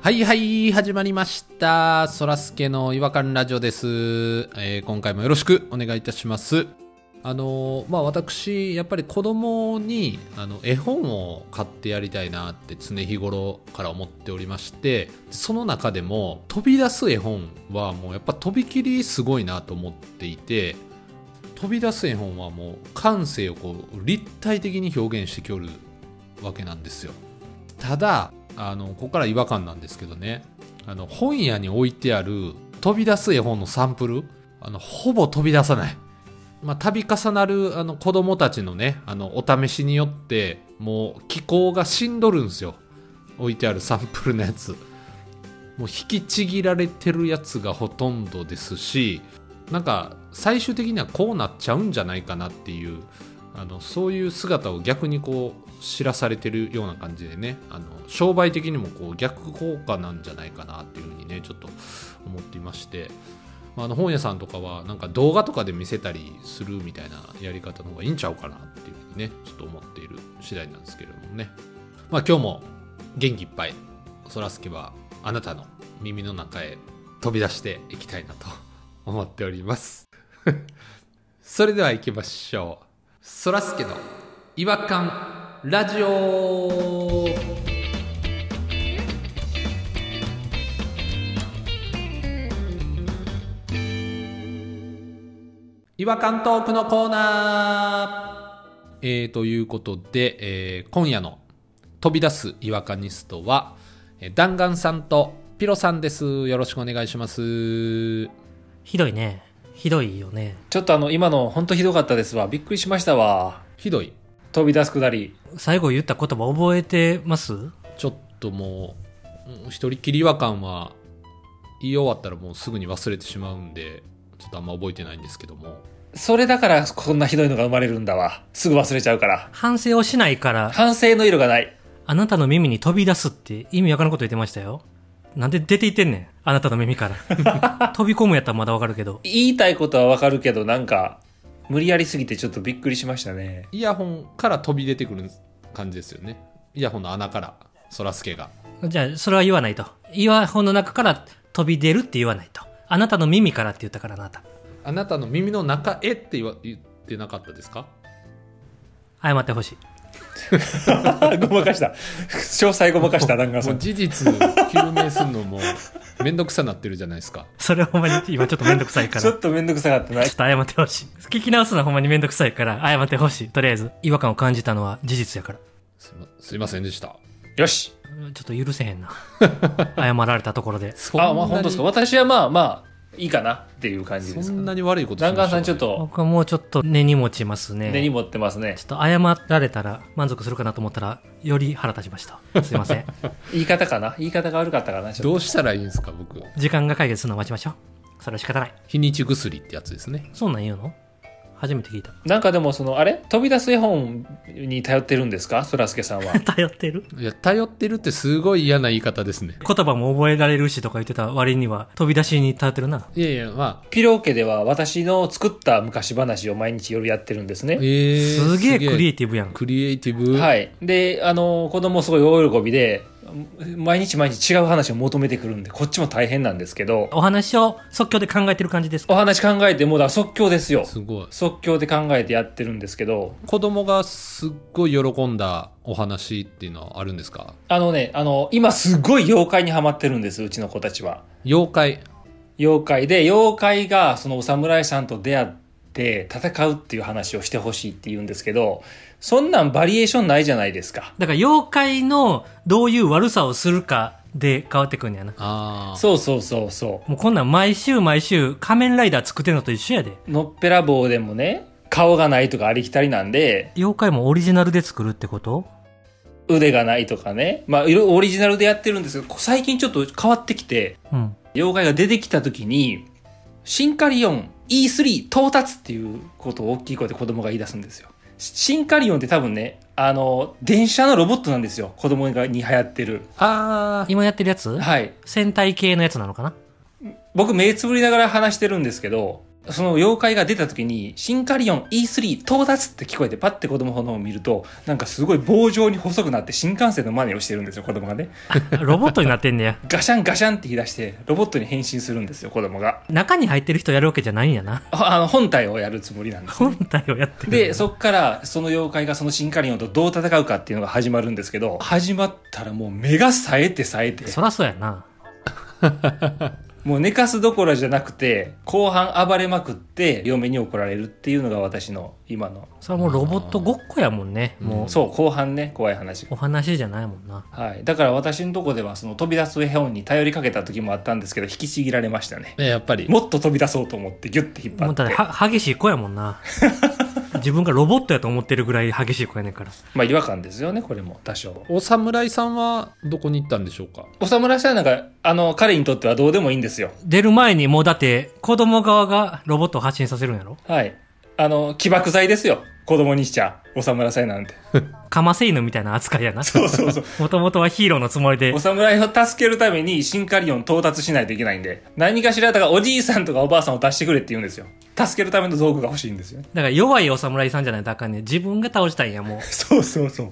はいはい、始まりました。そらすけの違和感ラジオです、えー今回もよろしくお願いいたします。あのーまあ、私、やっぱり子供にあの絵本を買ってやりたいなって常日頃から思っておりまして、その中でも飛び出す絵本はもうやっぱ飛び切りすごいなと思っていて、飛び出す絵本はもう感性をこう立体的に表現してきおるわけなんですよ。ただあのここから違和感なんですけどねあの本屋に置いてある飛び出す絵本のサンプルあのほぼ飛び出さない、まあ、度重なるあの子供たちのねあのお試しによってもう気候がしんどるんですよ置いてあるサンプルのやつもう引きちぎられてるやつがほとんどですしなんか最終的にはこうなっちゃうんじゃないかなっていうあのそういう姿を逆にこう知らされてるような感じでねあの商売的にもこう逆効果なんじゃないかなっていうふうにねちょっと思っていまして、まあ、あの本屋さんとかはなんか動画とかで見せたりするみたいなやり方の方がいいんちゃうかなっていうふうにねちょっと思っている次第なんですけれどもねまあ今日も元気いっぱいそらすけはあなたの耳の中へ飛び出していきたいなと思っております。 それでは行きましょう。そらすけの違和感ラジオ。違和感トークのコーナー。えー、ということで、えー今夜の飛び出す違和感ニストは、えー弾丸さんとピロさんです。よろしくお願いします。ひどいねひどいよねちょっとあの、今の本当ひどかったですわ。びっくりしましたわ。ひどい。飛び出すくだり。最後言った言葉覚えてますちょっともううん一人きり違和感は言い終わったらもうすぐに忘れてしまうんでちょっとあんま覚えてないんですけどもそれだからこんなひどいのが生まれるんだわ。すぐ忘れちゃうから。反省をしないから反省の色がない。あなたの耳に飛び出すって意味わからんこと言ってましたよなんで出ていってんねんあなたの耳から飛び込むやったらまだわかるけど言いたいことはわかるけど、なんか、無理やりすぎてちょっとびっくりしましたね。 イヤホンから飛び出てくる感じですよねイヤホンの穴からそらすけがじゃあそれは言わないとイヤホンの中から飛び出るって言わないとあなたの耳からって言ったからあなたあなたの耳の中へって言わ言ってなかったですか謝ってほしいごまかした。詳細ごまかした、なんかもそうの。事実究明するのもめんどくさなってるじゃないですかそれはほんまに今ちょっとめんどくさい からちょっとめんどくさかったなちょ。っと謝ってほしい。聞き直すのはほんまにめんどくさいから、謝ってほしい。とりあえず、違和感を感じたのは事実やから。すいますいませんでしたよし。ちょっと許せへん な。謝られたところで。そんなあ、にまあ本当ですか。私はまあまあ、いいかなっていう感じですそかんね。なに悪いことダンガンさんちょっとと僕はもうちょっと根に持ちますね。根に持ってますねち。ょっと謝られたら満足するかなと思ったら、より腹立ちました。すいま せん。言い方かな言い方が悪かったかなちょっとどうしたらいいんですか僕時間が解決するのを待ちましょう。それは仕方ない。日にち薬ってやつですねそんなん言うの初めて聞いた。なんかでもそのあれ飛び出す絵本に頼ってるんですかそらすけさん は頼ってるいや、頼ってるってすごい嫌な言い方ですね。言葉も覚えられるしとか言ってた割には、飛び出しに頼ってるな。いやいや、まあ、ピロー家では私の作った昔話を毎日夜やってるんですねえー、すげえクリエイテティブやんィ。クリエイティブ。。はいいであの子供すごい大喜びで毎日毎日違う話を求めてくるんでこっちも大変なんですけどお話を即興で考えてる感じですかお話考えてもうだから即興ですよすごい。即興で考えてやってるんですけど子供がすっごい喜んだお話っていうのはあるんですかあのねあの今すごい妖怪にはまってるんですうちの子たちは妖怪。妖怪で妖怪がそのお侍さんと出会って戦うっていう話をしてほしいって言うんですけどそんなんバリエーションないじゃないですかだから妖怪のどういう悪さをするかで変わってくるんやな。ああ。そうそうそうそもうこんなん毎週毎週仮面ライダー作ってるのと一緒やで。うのっぺらぼうでもね顔がないとかありきたりなんで妖怪もオリジナルで作るってこと腕がないとかねまあいろいろオリジナルでやってるんですけど最近ちょっと変わってきてうん。妖怪が出てきた時にシンカリオン E3 到達っていうことを大きい声で子供が言い出すんですよシンカリオンって多分ねあの電車のロボットなんですよ子供がに流行ってるあ今やってるやつはい戦隊系のやつなのかな僕目つぶりながら話してるんですけどその妖怪が出た時に、シンカリオン E3 到達って聞こえて、パッて子供の方を見ると、なんかすごい棒状に細くなって新幹線の真似をしてるんですよ、子供がね。ロボットになってんねや。 ガシャンガシャンって言い出して、ロボットに変身するんですよ、子供が。中に入ってる人やるわけじゃないんや な。ああの、本体をやるつもりなんです。本体をやってる。で、そっから、その妖怪がそのシンカリオンとどう戦うかっていうのが始まるんですけど、始まったらもう目が冴えて冴えて、そらそうやな。もう寝かすどころじゃなくて、後半暴れまくって、嫁に怒られるっていうのが私の今の。それはもうロボットごっこやもんね。もう、そう、後半ね、怖い話。お話じゃないもんな。はい。だから私のとこでは、その飛び出す絵本に頼りかけた時もあったんですけど、引きちぎられましたね。ねやっぱり。もっと飛び出そうと思って、ギュッて引っ張もうってだっ。ては激しい子やもんな。 自分がロボットやと思ってるぐらい激しい子やねんから。まあ違和感ですよね、これも、多少。お侍さんはどこに行ったんでしょうかお侍さんなんか、あの、彼にとってはどうでもいいんですよ。出る前にもうだって子供側がロボットを発信させるんやろはい。あの、起爆剤ですよ。子供にしちゃ、お侍さんなんて。かませ犬みたいな扱いやな。そうそうそう。もともとはヒーローのつもりで お、侍を助けるためにシンカリオン到達しないといけないんで、何かしらだからおじいさんとかおばあさんを出してくれって言うんですよ。助けるための道具が欲しいんですよね。だから弱いお侍さんじゃないとあかんねん自分が倒したいんや、もう。そうそうそう。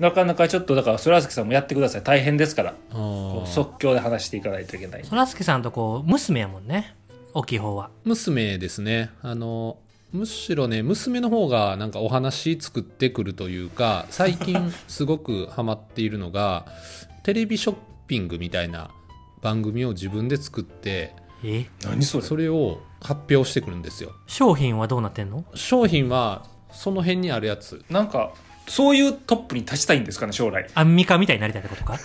なかなかちょっとだから、そらすけさんもやってください。大変ですから。あーこう即興で話していかないといけない。そらすけさんとこう、娘やもんね。大きい方は。娘ですねあのむしろね娘の方がなんかお話作ってくるというか最近すごくハマっているのがテレビショッピングみたいな番組を自分で作ってえ何それそれを発表してくるんですよ商品はどうなってんの商品はその辺にあるやつなんか、そういうトップに立ちたいんですかね、将来。アンミカみたいになりたいって ことか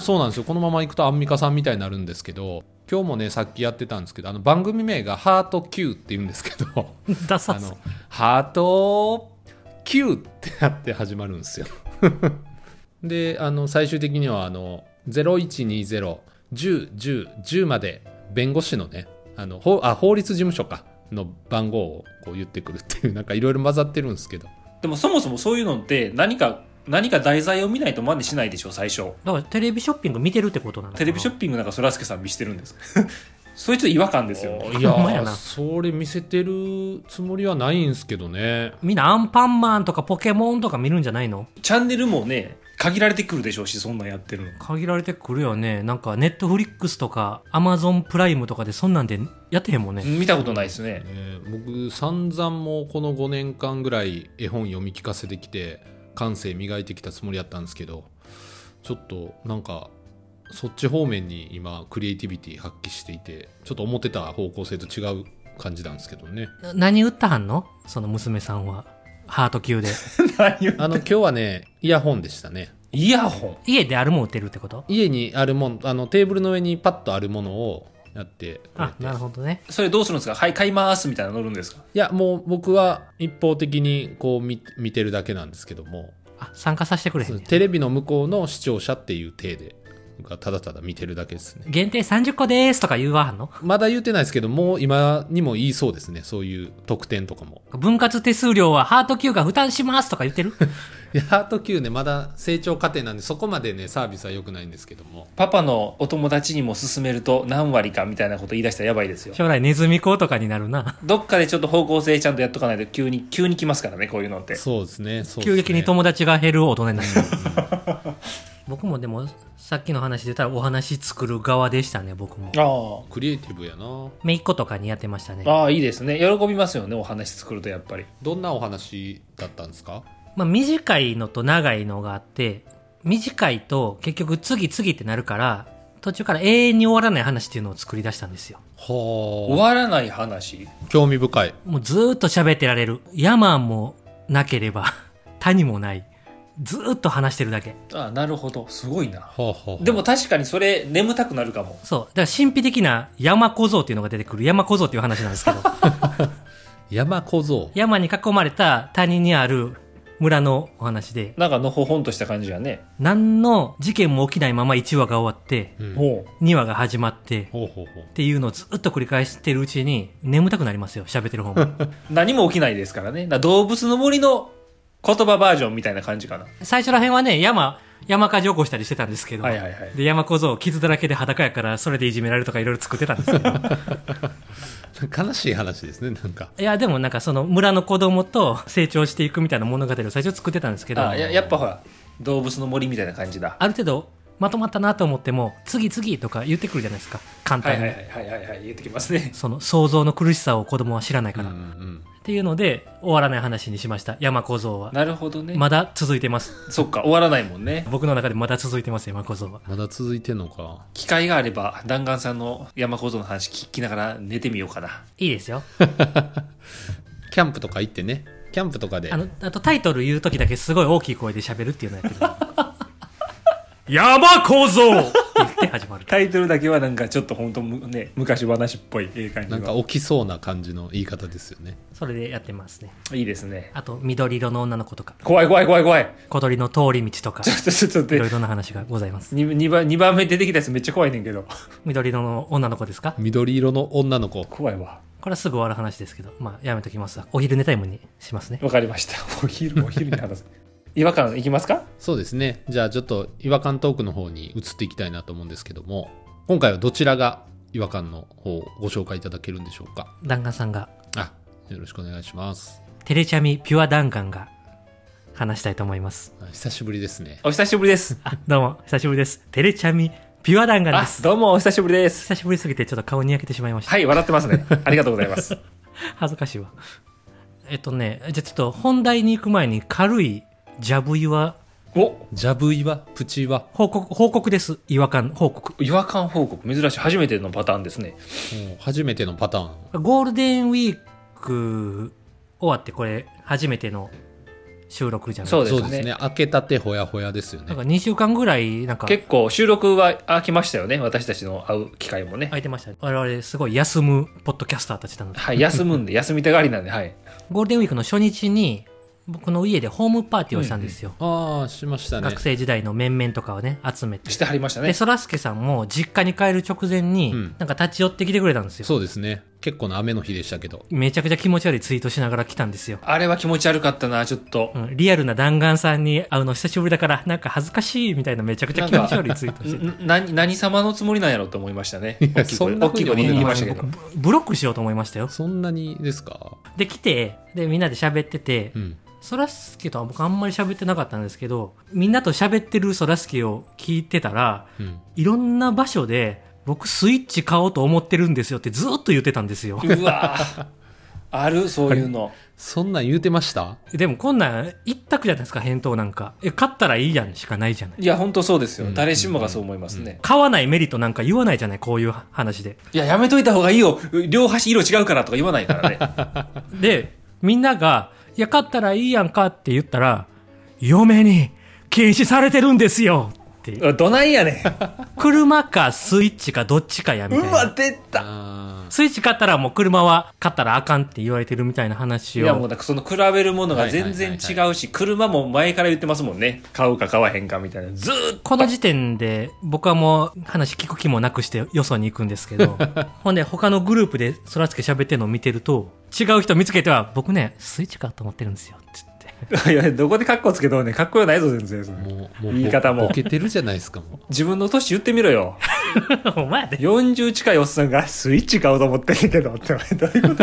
そうなんですよこのまま行くとアンミカさんみたいになるんですけど今日もねさっきやってたんですけどあの番組名が「ハート Q」って言うんですけどダサあそのハート Q ってなって始まるん ですよ。であの最終的にはあの0120101010まで弁護士のねあの法あ法律事務所かの番号をこう言ってくるっていうなんかいろいろ混ざってるんですけどでもそもそもそういうのって、何か、何か題材を見ないと真似しないでしょ、最初。だからテレビショッピング見てるってことなのかなテレビショッピングなんかそらすけさん見してるんです そういうちょっと違和感ですよねいやほんまやーなそれ見せてるつもりはないんですけどねみんなアンパンマンとかポケモンとか見るんじゃないのチャンネルもね限られてくるでしょうしそんなんやってるの限られてくるよね。なんかネットフリックスとかアマゾンプライムとかでそんなんでやってへんもんね。見たことないですねえー僕散々もうこの5年間ぐらい絵本読み聞かせてきて感性磨いてきたつもりやったんですけどちょっとなんかそっち方面に今クリエイティビティ発揮していてちょっと思ってた方向性と違う感じなんですけどねな何売ったはんのその娘さんは。ハート級で。 何をあの今日はねイヤホンでしたねイヤホン家であるもん売ってるってこと家にあるもんあのテーブルの上にパッとあるものをやってくれあて、なるほどね。それどうするんですかはい買いますみたいなの乗るんですかいやもう僕は一方的にこう見見てるだけなんですけどもあ、参加させてく れへんねやテレビの向こうの視聴者っていう体で僕はただただ見てるだけですね限定30個でーすとか言うわはんのまだ言ってないですけどもう今にも言いそうですねそういう特典とかも分割手数料はハート級が負担しますとか言ってるいやハート Q ねまだ成長過程なんでそこまでねサービスは良くないんですけどもパパのお友達にも勧めると何割かみたいなこと言い出したらやばいですよ将来ネズミ講とかになるな。どっかでちょっと方向性ちゃんとやっとかないと急に急に来ますからねこういうのってそうですねそうですね急激に友達が減る大人になる。僕もでも、さっきの話で言ったらお話作る側でしたね、僕も。あクリエイティブやなめいっ子とかにやってましたねあ。ああいいですね喜びますよねお話作るとやっぱりどんなお話だったんですかまあ、短いのと長いのがあって、短いと結局次々ってなるから、途中から永遠に終わらない話っていうのを作り出したんですよ。は終わらない話あ興味深いもうずーっと喋ってられる。山もなければ、 谷もない。ずーっと話してるだけ。ああなるほどすごいなはあはあはあでも確かにそれ眠たくなるかもそう。だから神秘的な山小僧っていうのが出てくる。山小僧っていう話なんですけ ど。山小僧山に囲まれた谷にある村のお話で、なんかのほほんとした感じやね。何の事件も起きないまま1話が終わって、うんほ2話が始まって、ほうほうほうっていうのをずっと繰り返してるうちに眠たくなりますよ喋ってる方 もう。何も起きないですからね。だ動物の森の言葉バージョンみたいな感じかな。最初ら辺はね山山火事起こしたりしてたんですけど、はいはいはいで山小僧傷だらけで裸やからそれでいじめられるとかいろいろ作ってたんですけど悲しい話ですね、なんか。いやでもなんかその村の子供と成長していくみたいな物語を最初作ってたんですけどあややっぱほら動物の森みたいな感じだある程度まとまったなと思っても次々とか言ってくるじゃないですか簡は単いに、はいはいはいはい言ってきますねその想像の苦しさを子供は知らないかうんうら、っんていうので終わらない話にしました山小僧は なるほどね、まだ続いてますそっか終わらないもんね僕の中でまだ続いてます山小僧はまだ続いてんのか。機会があれば弾丸さんの山小僧の話聞きながら寝てみようかないい ですよキャンプとか行ってね。キャンプとかであ。のあとタイトル言う時だけすごい大きい声で喋るっていうのやってる山小僧って 言って始まるタイトルだけはなんかちょっと本当むね昔話っぽいええ感じながんか起きそうな感じの言い方ですよね。それでやってますねいいですねあと緑色の女の子とか怖い怖い怖い怖い小鳥の通り道とかちょっとちょっと い待ろっいてろな話がござい ます 2, 番二番目出てきたやつめっちゃ怖いねんけど緑色の女の子ですか緑色の女の子。怖いわこれはすぐ終わる話ですけどまあやめときますわお昼寝タイムにしますねわかりました お昼お昼に話す違和感いきますかそうですね。じゃあちょっと違和感トークの方に移っていきたいなと思うんですけども、今回はどちらが違和感の方をご紹介いただけるんでしょうか。弾丸さんがあ、よろしくお願いします。テレチャミピュア弾丸が話したいと思いますあ久しぶりですね。お久しぶり ですあどうも久しぶりですテレチャミピュア弾丸あですどうもお久しぶりです久しぶりすぎてちょっと顔にやけてしまいましたはい笑ってますね ありがとうございます恥ずかしいわえっとねじゃあちょっと本題に行く前に軽いジャブ岩おジャブ岩、プチ岩。報告報告です違和感報告違和感報告珍しい初めてのパターンですねもう初めてのパターン。ゴールデンウィーク終わってこれ初めての収録じゃないそうですそねうですね。開けたてほやほやですよなんねか。2週間ぐらいなんか結構収録は開きましたよね私たちの会う機会もね空いてましたね我々すごい休むポッドキャスターたちなのではい、休むん で、休みたがりなんで、はい。ゴールデンウィークの初日に僕の家でホームパーティーをしたんですよ、ああ、しましたね学。生時代の面々とかをね集めてしてはりましたでね。そらすけさんも実家に帰る直前に、うんなんか立ち寄ってきてくれたんですよそうですね。結構な雨の日でしたけど。めちゃくちゃ気持ち悪いツイートしながら来たんですよ、あれは気持ち悪かったな、ちょっとう。ん、リアルな弾丸さんに会うの久しぶりだからなんか恥ずかしいみたいなめちゃくちゃ気持ち悪いツイートしててん何何様のつもりなんやろと思いましたね。や大きいそ声んな大ふうきいに思声ってでなかっ言いたましたけど。ブブロックしようと思いましたよそんなにですかで来てでみんなで喋っててうん。そらすけとは僕あんまり喋ってなかったんですけどみんなと喋ってるそらすけを聞いてたらうん。いろんな場所で僕スイッチ買おうと思ってるんですよってずっと言ってたんですようわぁあるそういうの。そんなん言うてましたでもこんなん一択じゃないですか返答なんかえ買ったらいいやんしかないじゃないいや、本当そうですよう。ん誰しもがそう思いますね。買わないメリットなんか言わないじゃないこういう話でいや、やめといた方がいいよ。両端色違うからとか言わないからね。でみんなが「いや買ったらいいやんか」って言ったら「嫁に禁止されてるんですよ」ってうわ どないやね車かスイッチかどっちかやん。みうたいわ、な出た。あスイッチ買ったらもう車は買ったらあかんって言われてるみたいな話いやもうをなんかその比べるものが全然はいはい違うし、車も前から言ってますもんね。買うか買わへんかみたいな。ずーっと。この時点で僕はもう話聞く気もなくしてよそに行くんですけ どほんで他のグループでそらすけ喋ってるのを見てると違う人見つけては僕ねスイッチ買うと思ってるんですよって言っていや、どこでカッコつけとんねん。かっこよないぞ、全然。それあ。もう、もう、言い方もボケてるじゃないですか、もう。自分の年言ってみろよ。 お前で40近いおっさんがスイッチ買おうと思ってんねんけどって、どういうこと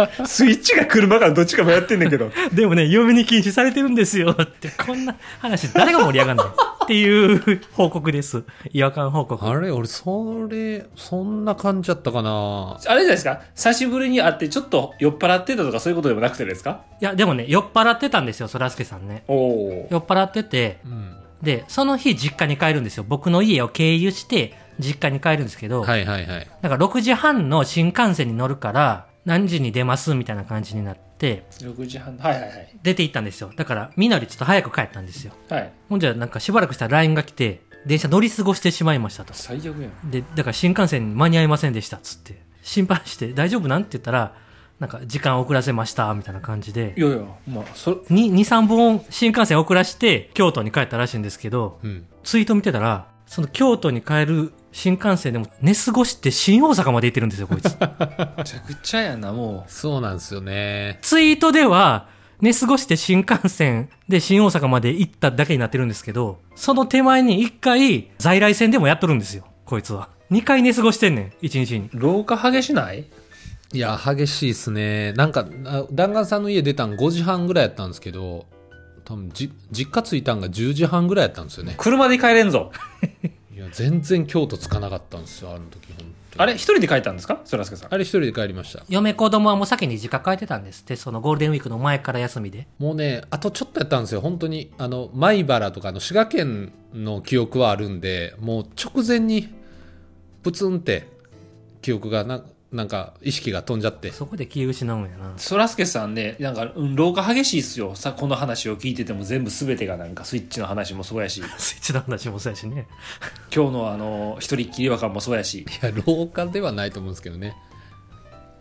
や。スイッチか車かどっちか迷ってんねんけど。 でもね、嫁に禁止されてるんですよって、こんな話、誰が盛り上がんのっていう報告です。違和感報告。あれ俺、それ、そんな感じやったかなあれじゃないですか久しぶりに会ってちょっと酔っ払ってたとかそういうことでもなくてですかいや、でもね、酔っ払ってたんですよ、そらすけさんね。おお。酔っ払ってて、うん。で、その日実家に帰るんですよ。僕の家を経由して、実家に帰るんですけど、はいはいはい。なんか6時半の新幹線に乗るから、何時に出ますみたいな感じになって、 6時半。はいはいはい。出て行ったんですよ。だから、みのりちょっと早く帰ったんですよ。はい。ほんじゃ、なんかしばらくしたら LINE が来て、電車乗り過ごしてしまいましたと。最悪やん。で、だから新幹線に間に合いませんでした、つって。心配して、大丈夫なんて言ったら、なんか、時間遅らせました、みたいな感じでい、やいや、まあ、それ、 2、2、3本新幹線遅らして、京都に帰ったらしいんですけど、うん。ツイート見てたら、その京都に帰る新幹線でも寝過ごして新大阪まで行ってるんですよ、こいつ。めちゃくちゃやな、もそうなんですよね。ツイートでは、寝過ごして新幹線で新大阪まで行っただけになってるんですけど、その手前に一回在来線でもやっとるんですよ、こいつは。二回寝過ごしてんねん、一日に。老化激しないいや、激しいっすね。なんか、あ弾丸さんの家出たん5時半ぐらいやったんですけど、多分じ、実家着いたんが10時半ぐらいやったんですよね。車で帰れんぞ。いや、全然京都着かなかったんですよ、あの時、本当にあれ一人で帰ったんですかそらすけさん。あれ一人で帰りました。嫁子供はもう先に実家帰ってたんですって、そのゴールデンウィークの前から休みで。もうね、あとちょっとやったんですよ、本当に、あの米原とかの滋賀県の記憶はあるんで、もう直前に、プツンって、記憶がな、なんか、意識が飛んじゃって、そこで気を失うんやな。そらすけさんね、なんか、うん、老化激しいっすよ。さ、この話を聞いてても全部全てがなんか、スイッチの話もそうやし、スイッチの話もそうやしね。今日のあの、一人っきり和感もそうやし、いや、老化ではないと思うんですけどね、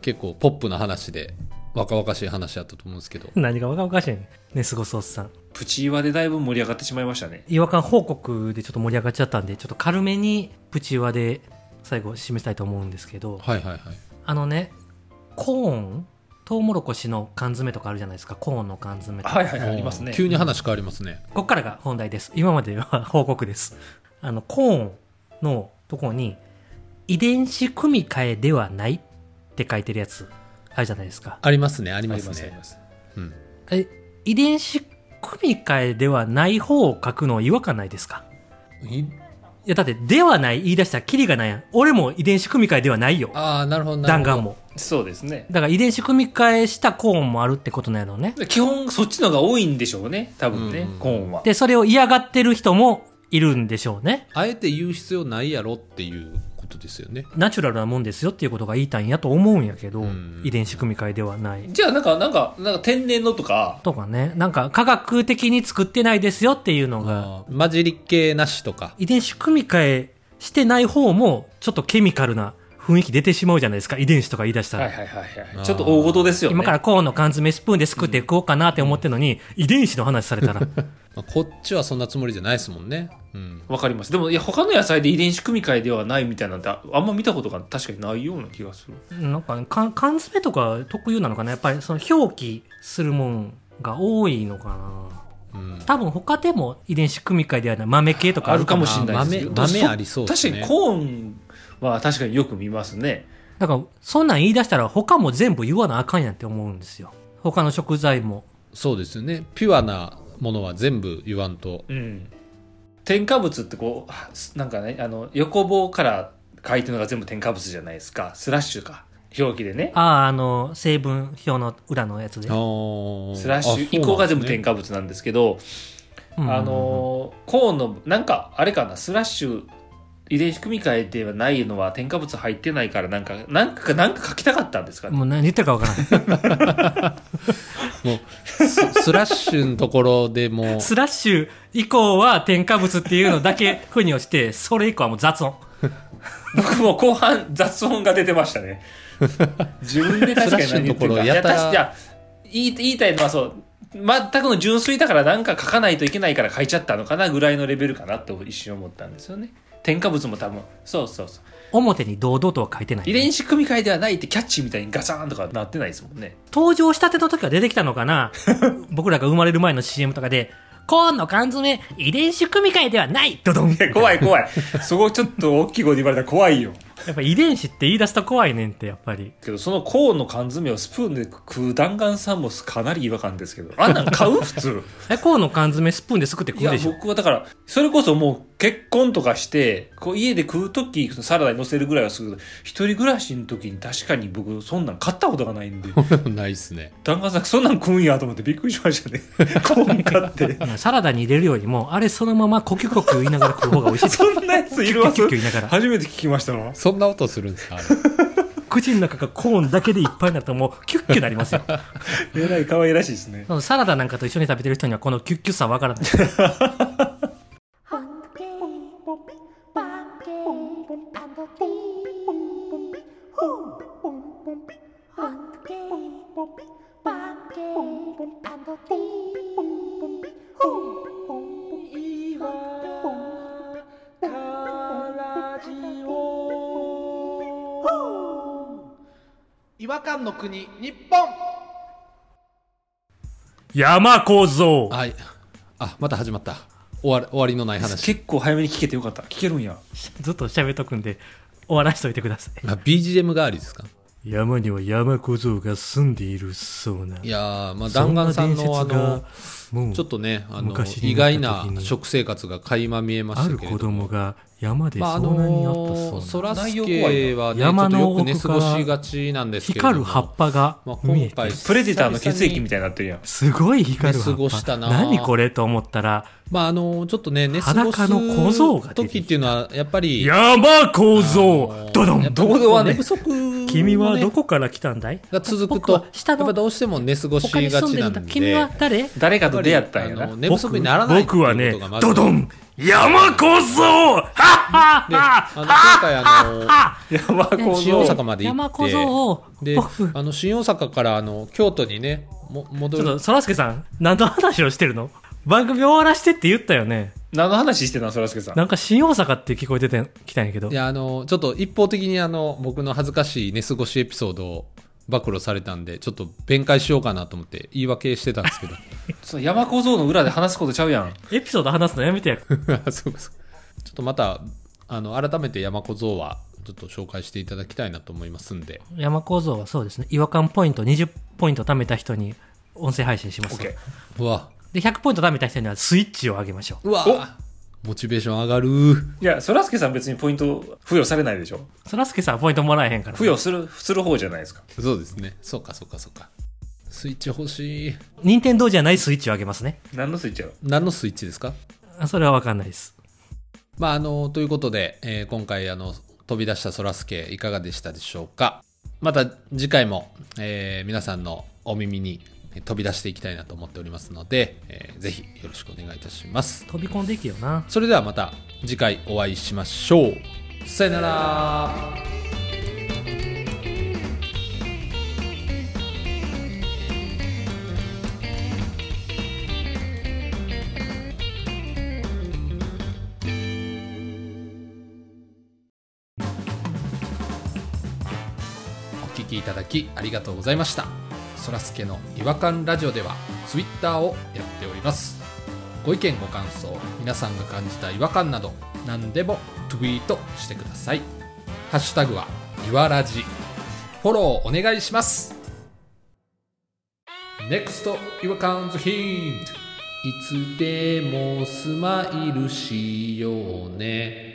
結構、ポップな話で、若々しい話だったと思うんですけど、何が若々しいね。寝過ごすおっさん。プチ岩でだいぶ盛り上がってしまいましたね。違和感報告でちょっと盛り上がっちゃったんで、ちょっと軽めにプチ話で最後締めたいと思うんですけど、はいはいはい、あのね、コーン、トウモロコシの缶詰とかあるじゃないですか、コーンの缶詰とか。はいはいはい、ありますね。急に話変わりますね、こっからが本題です。今までは報告です。あの、コーンのとこに、遺伝子組み換えではないって書いてるやつ、あるじゃないですか。ありますね、ありあまりすますありね、ます。うん、え、遺伝子組み換えではない方を書くの違和感ないですかいいや、だって、ではない言い出したらキリがないやん。俺も遺伝子組み換えではないよ。ああ、なるほど、なる弾ほど、丸も。そうですね。だから遺伝子組み換えしたコーンもあるってことなんやろうね。基本、そっちのが多いんでしょうね。多分ね、うんコーンは。で、それを嫌がってる人もいるんでしょうね。あえて言う必要ないやろっていうことですよね。ナチュラルなもんですよっていうことが言いたいんやと思うんやけど、うん遺伝子組み換えではない。じゃあ、なんか、なんか、なんか天然のとか、とかね、なんか科学的に作ってないですよっていうのが、あー混じり系なしとか遺伝子組み換えしてない方も、ちょっとケミカルな雰囲気出てしまうじゃないですか、遺伝子とか言い出したはいら。はいはいはい。ちょっと大事ですよね。今からコーンの缶詰スプーンですくって食おうかなって思ってるのに、遺伝子の話されたら、 まあこっちはそんなつもりじゃないですもんね。うん。わかります。でも、いや、他の野菜で遺伝子組み換えではないみたいなんて、ああんま見たことが確かにないような気がする。なんか、ね、缶缶詰とか特有なのかなやっぱりその表記するもんが多いのかなうん、多分他でも遺伝子組み換えではない豆系とかあるかもしれい。ないですけど。あ豆でもそ豆ありそうですね確かにコーンは確かによく見ますね。だから、そんなん言い出したら他も全部言わなあかんやんって思うんですよ。他の食材も。そうですよね。ピュアなものは全部言わんと。うん。添加物ってこうす、なんかね、あの、横棒から書いてるのが全部添加物じゃないですか。スラッシュか。表記でね。ああ、あの、成分表の裏のやつスで。スラッシュ以降が全部添加。加物なんですけど、うんあのーコーンのなんかあれかなスラッシュ遺伝子組み換えではないのは添加物入ってないからなんかなんかなんか書きたかったんですかねもう何言ってるかわからない。もう ススラッシュのところでもうスラッシュ以降は添加物っていうのだけ腑に落ちて、それ以降はもう雑音。僕も後半雑音が出てまし たね自分で確かにスラッ何言ってるかシュのところいややたら確かいや言い言いたいのはそう全くの純粋だからなんか書かないといけないから書いちゃったのかなぐらいのレベルかなと一瞬思ったんですよね添加物も多分そうそうそう表に堂々とは書いてない。遺伝子組み換えではないってキャッチみたいにガチャーンとかなってないですもんね登場したての時は出てきたのかな僕らが生まれる前の CM とかで、コーンの缶詰、遺伝子組み換えではないドドンいや 怖い怖いそこちょっと大きい声で言われたら怖いよやっぱ遺伝子って言い出すと怖いねんって、やっぱり。けどそのコーンの缶詰をスプーンで食う弾丸さんもかなり違和感ですけどあんなん買う普通え、コーンの缶詰スプーンですくってい食うやでしょ僕はだからそれこそもう結婚とかしてこう家で食う時そのサラダに乗せるぐらいはするけど一人暮らしの時に確かに僕そんなん買ったことがないんでないですね。弾丸さんそんなん食うんやと思ってびっくりしましたね コーン買っていやサラダに入れるよりも、あれそのまま呼吸呼吸言いながら食う方が美味しい。そんな やついるわキュッキュッキュッキュッ言いながら初めて聞きましたなそんな音するんですかあれ口の中がコーンだけでいっぱいになったらもうキュッキュなりますよ。えらい可愛らしいですねそのサラダなんかと一緒に食べてる人にはこのキュッキュさ わからない。 Hunky, 違和感の国日本山小僧はいあまた始まった終わり終わりのない話結構早めに聞けてよかった聞けるんやずっと喋っとくんで終わらしといてくださあ BGM 代わりですかい山には山小僧が住んでいるそうないやー、まあ、そ弾んな丸さんのあ伝説がのもうちょっとねあの昔意になった時外にな食生活が垣間見えまあしたるけれ子ど供が山でまあ遭あ難にあったのそそうならす内容怖けいはねちょ山っとのよく奥寝過からごしがちなんですけれども光る葉っぱがまあ、見今えて回るプレデターの血液みたいたいになってるやんすごい光る葉寝過ごしったぱな何これと思ったらまああのちょっとね寝過ご裸の小僧がす出てき時たっていうのはやっぱり山小あ僧のドドやっンぱりどこではね寝不足のね君はどこから来たんだいが続く僕とは下やっのぱどうしても寝過ごし他にが住んちでるなんんでだ君は誰誰かと出会っあたんやなの寝不足にならないって僕はいうねことがま、ずドドン山小僧はっはっではあの今回あの 山小新大僧阪まで行って山小僧をで僕あの新大阪からあの京都にねもちょ戻っると、そらすけさん、何の話をしてるの番組終わらしてって言ったよね。何の話してたのそらすけさんなんか新大阪って聞こえててきたんやけどい。やあのちょっと一方的にあの僕の恥ずかしい寝過ごしエピソードを暴露されたんでちょっと弁解しようかなと思って言い訳してたんですけど そう山小僧の裏で話すことちゃうやんエピソード話すのやめてや。あそうかそうかちょっとまたあの改めて山小僧はちょっと紹介していただきたいなと思いますんで山小僧はそうですね。違和感ポイント20ポイント貯めた人に音声配信します。 OK で、うわ100ポイント貯めた人にはスイッチをあげましょうわモチベーション上がるいやそらすけさん別にポイント付与されないでしょう。そらすけさんはポイントもらえへんから。付与するする方じゃないですかそうですねそうかそうかそうかスイッチ欲しい任天堂じゃないスイッチをあげますね。何のスイッチやろ何のスイッチですかあそれはわかんないです。まああのということで、えー今回あの飛び出したそらすけいかがでしたでしょうかまた次回も、えー皆さんのお耳に飛び出していきたいなと思っておりますので、えーぜひよろしくお願いいたします飛び込んでいけよな。それではまた次回お会いしましょうさよならお聞きいただきありがとうございましたそらすけの違和感ラジオではツイッターをやっておりますご意見ご感想皆さんが感じた違和感など何でもツイートしてくださいハッシュタグはいわらじフォローお願いします NEXT 違和感ズヒントいつでもスマイルしようね